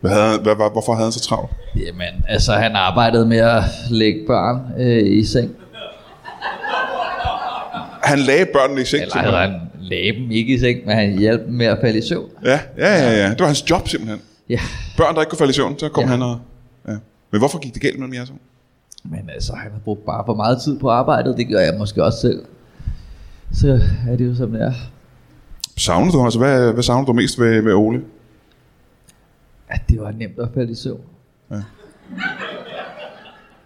A: Hvad havde, han- hvad, hvad, hvorfor havde han så travlt?
C: Jamen, altså han arbejdede med at lægge børn øh, i seng.
A: Han lagde børnene i seng.
C: Eller
A: simpelthen.
C: havde han lagde dem ikke i seng, men han hjalp dem med at falde i søvn.
A: Ja, ja, ja, ja. Det var hans job simpelthen.
C: Ja,
A: Børn, der ikke kunne falde i søvn, så kom ja.
C: Ja.
A: han og... Ja. Men hvorfor gik det galt mellem jer så?
C: men altså han har brugt bare for meget tid på arbejdet. Det gør jeg måske også selv. Så er det jo som det er.
A: Savner du ham? Altså, hvad, hvad savner du mest ved, ved Ole?
C: At det var nemt at falde i søvn.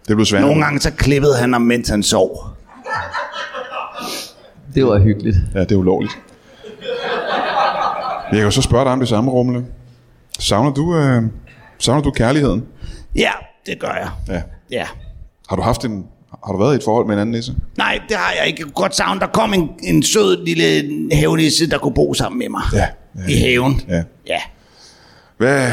A: Det blev svært.
B: Nogle gange så klippede han ham, mens han sov.
C: Det var hyggeligt.
A: Ja, det er ulovligt. Jeg kan jo så spørge dig om det samme, Rumle. Savner du, øh, savner du kærligheden?
B: Ja, det gør jeg.
A: Ja.
B: Ja.
A: Har du haft en... Har du været i et forhold med en anden nisse?
B: Nej, det har jeg ikke. Jeg kunne godt savne. Der kom en, en sød lille havenisse, der kunne bo sammen med mig.
A: Ja.
B: I haven.
A: Ja.
B: Ja.
A: Hvad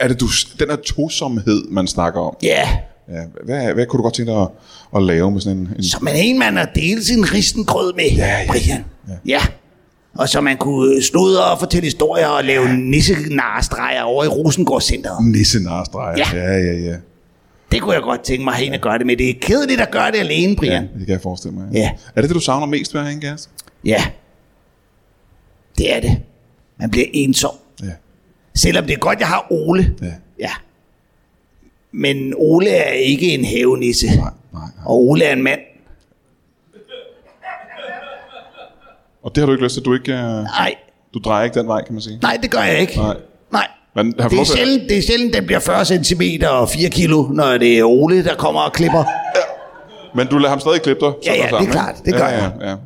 A: er det, du... Den her tosomhed, man snakker om.
B: Ja.
A: Ja, hvad, hvad kunne du godt tænke dig at, at lave med sådan en... en
B: Som man en mand at dele sin ristengrød med, ja,
A: ja.
B: Brian. Ja. ja. Og så man kunne øh, snudre og fortælle historier og lave nissenarestreger over i Rosengårdscenteret.
A: nisse narstreger?
B: Ja.
A: ja, ja, ja.
B: Det kunne jeg godt tænke mig at hende at gøre det med. Det er kedeligt at gøre det alene,
A: Ja,
B: Brian.
A: det kan jeg forestille mig.
B: Ja.
A: Er det det, du savner mest ved at have en kæreste?
B: Ja. ja. Det er det. Man bliver ensom.
A: Ja.
B: Selvom det er godt, jeg har Ole.
A: Ja.
B: ja. Men Ole er ikke en havenisse.
A: Nej, nej, nej.
B: Og Ole er en mand.
A: Og det har du ikke lyst til, du ikke... øh,
B: Nej,
A: Du drejer ikke den vej, kan man sige.
B: nej, det gør jeg ikke.
A: Nej.
B: Nej.
A: Man har
B: Det er,
A: fået lov til-
B: sjældent, det er sjældent, den bliver 40 cm og 4 kilo, når det er Ole, der kommer og klipper.
A: Men du lader ham stadig klippe dig?
B: Ja,
A: sådan
B: ja,
A: og sådan,
B: det er
A: ikke?
B: klart, det gør
A: ja, ja, ja.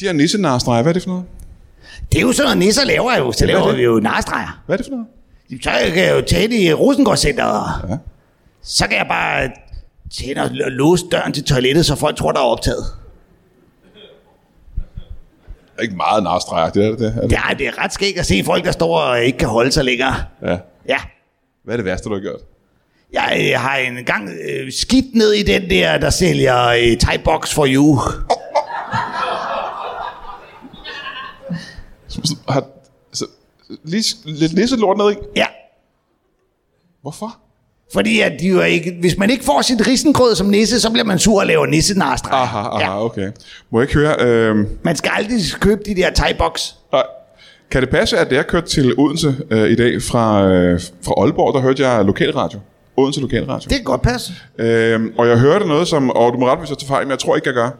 A: De her nissenarstreger, hvad er det for noget?
B: Det er jo sådan noget, nisser laver jo. Så laver
A: det?
B: vi jo narstreger.
A: Hvad er det for noget?
B: Så kan jeg jo tage ind i Rosengårdscenteret.
A: Ja.
B: Ja. Så kan jeg bare tænde og l- låse døren til toilettet, så folk tror, der er optaget.
A: Det er ikke meget narstreger, det er det. det, er det?
B: Ja, det er ret skægt at se folk, der står og ikke kan holde sig længere.
A: ja.
B: Ja.
A: Hvad er det værste, du har gjort?
B: Jeg øh, har engang øh, skidt ned i den der, der sælger øh, Thai Box for you.
A: Har, så, lige s- lidt nisselort ned i?
B: Ja,
A: Hvorfor?
B: fordi at de jo ikke, hvis man ikke får sit risengrød som nisse, så bliver man sur og laver nissenastre.
A: Aha, aha, ja. okay. Må jeg ikke høre... Øh,
B: Man skal aldrig købe de der Thai Box.
A: nej. kan det passe, at da jeg kørte til Odense øh, i dag fra, øh, fra Aalborg, der hørte jeg lokalradio? Odense Lokalradio.
B: Det kan godt passe.
A: Øhm, og jeg hørte noget, som, og du må rette, hvis jeg tager fejl, men jeg tror ikke, jeg gør.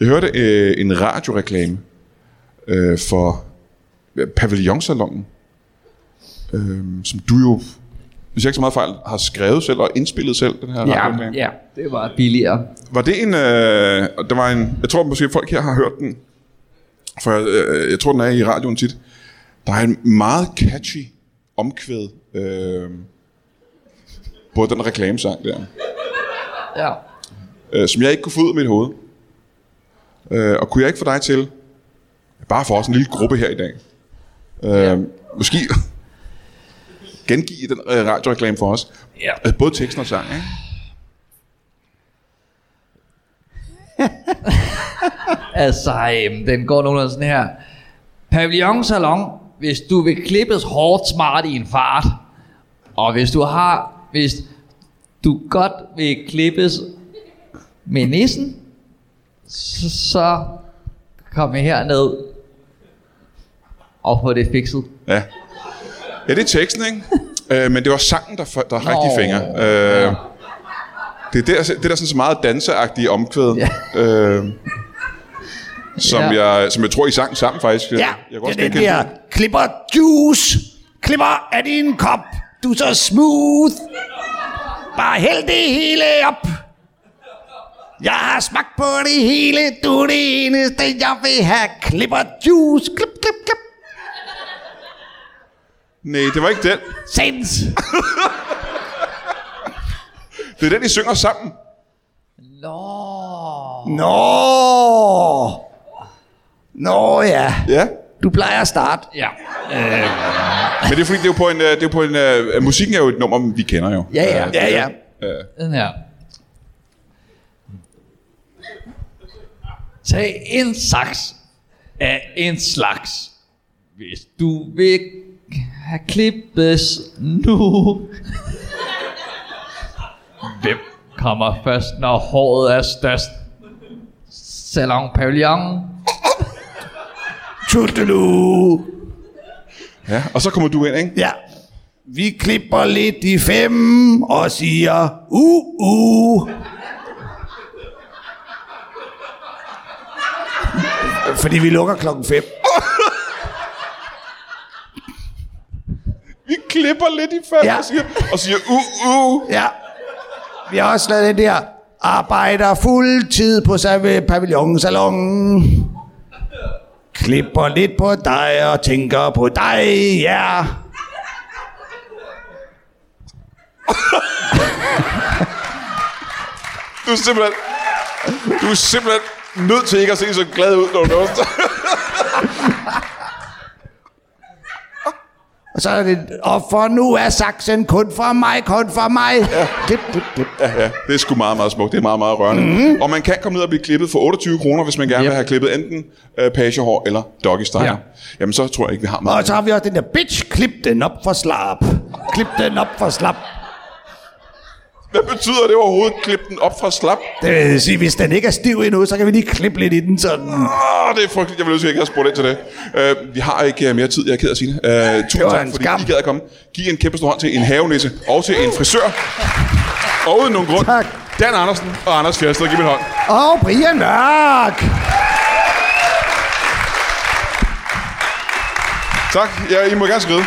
A: Jeg hørte øh, en radioreklame øh, for øh, Pavillonsalongen, øh, som du jo, hvis jeg ikke så meget fejl, har skrevet selv og indspillet selv, den her radioreklame.
C: ja, det var billigere.
A: Var det en, øh, der var en, jeg tror måske folk her har hørt den, for øh, jeg tror, den er i radioen tit. Der er en meget catchy omkvæd øh, på den reklamesang der
C: Ja.
A: øh, som jeg ikke kunne få ud af mit hoved. Øh, og kunne jeg ikke få dig til, bare for os en lille gruppe her i dag, øh, ja. måske *laughs* gengive den øh, radioreklame for os.
C: Ja.
A: Altså, både teksten og sang, ikke?
C: Altså, øhm, den går nogenlunde sådan her. Pavillon Salon, hvis du vil klippes hårdt smart i en fart, og hvis du har, hvis du godt vil klippes med nissen, så, så kom herned og få det fikset.
A: Ja. Ja, det er teksten, ikke? Øh, men det var sangen, der, f- der er rigtig
C: Nå.
A: fingre. Øh, det er der, det er der sådan så meget danseagtige omkvæd, ja.
C: Ja.
A: øh, som,
C: Ja.
A: ja. jeg, som jeg tror, I sang sammen faktisk.
B: Ja,
A: jeg
B: det er den
A: genkende
B: der klipper juice, klipper af din kop, du er så smooth. Bare hæld det hele op. Jeg har smagt på det hele, du er det eneste, jeg vil have. Klipper juice, klip, klip, klip.
A: Nej, det var ikke den.
B: Sands.
A: Det er den, I synger sammen.
C: Nå.
B: Nå. Nå ja.
A: Ja.
B: Du plejer at starte.
C: Ja.
A: Men det er fordi, det er jo på en... øh, Det er jo på en uh, musikken er jo et nummer, vi kender jo.
C: Ja, ja.
A: Øh,
B: Ja, ja.
A: øh,
C: Den her. Tag en saks af en slags, hvis du vil have klippes nu. Hvem kommer først, når håret er størst? Salon Pavillon.
B: Tudelu.
A: ja. Og så kommer du ind, ikke?
B: Ja. Vi klipper lidt i fem og siger uh, uh. Fordi vi lukker klokken 5.
A: Vi klipper lidt i fald
B: Ja.
A: og siger, og siger uh, uh.
B: Ja. Vi har også lavet den der arbejder fuldtid på samme pavillonsalon. Klipper lidt på dig og tænker på dig, ja. Yeah.
A: Du er simpelthen... Du er simpelthen nødt til ikke at se så glad ud, når du er der.
B: Og så er det, og for nu er saksen kun for mig, kun for mig. Ja. Klip, klip, klip.
A: Ja, ja, det er sgu meget, meget smukt. Det er meget, meget rørende. Mm-hmm. Og man kan komme ned og blive klippet for 28 kroner, hvis man gerne yep. vil have klippet enten øh, pagehår eller doggy style. Ja.
C: Ja.
A: Jamen, så tror jeg ikke, vi har meget.
B: Og så har vi også den der, bitch, klip den op for slap. Klip den op for slap.
A: Hvad betyder det overhovedet? Klip den op fra slap?
B: Det vil sige, hvis den ikke er stiv endnu, så kan vi lige klippe lidt i den sådan.
A: Åh, det er frygteligt. Jeg vil ønske, at jeg ikke har spurgt ind til det. Øh, vi har ikke øh, mere tid. Jeg er ked af at sige det. Øh, tusind
B: var
A: tak,
B: en
A: fordi
B: skam.
A: I gad at komme. Giv en kæmpe stor hånd til en havenisse og til en frisør. Og uden nogen grund.
B: Tak.
A: Dan Andersen og Anders Fjersted. Giv mig en hånd.
B: Og Brian Mørk!
A: Tak. Ja, I må gerne skride.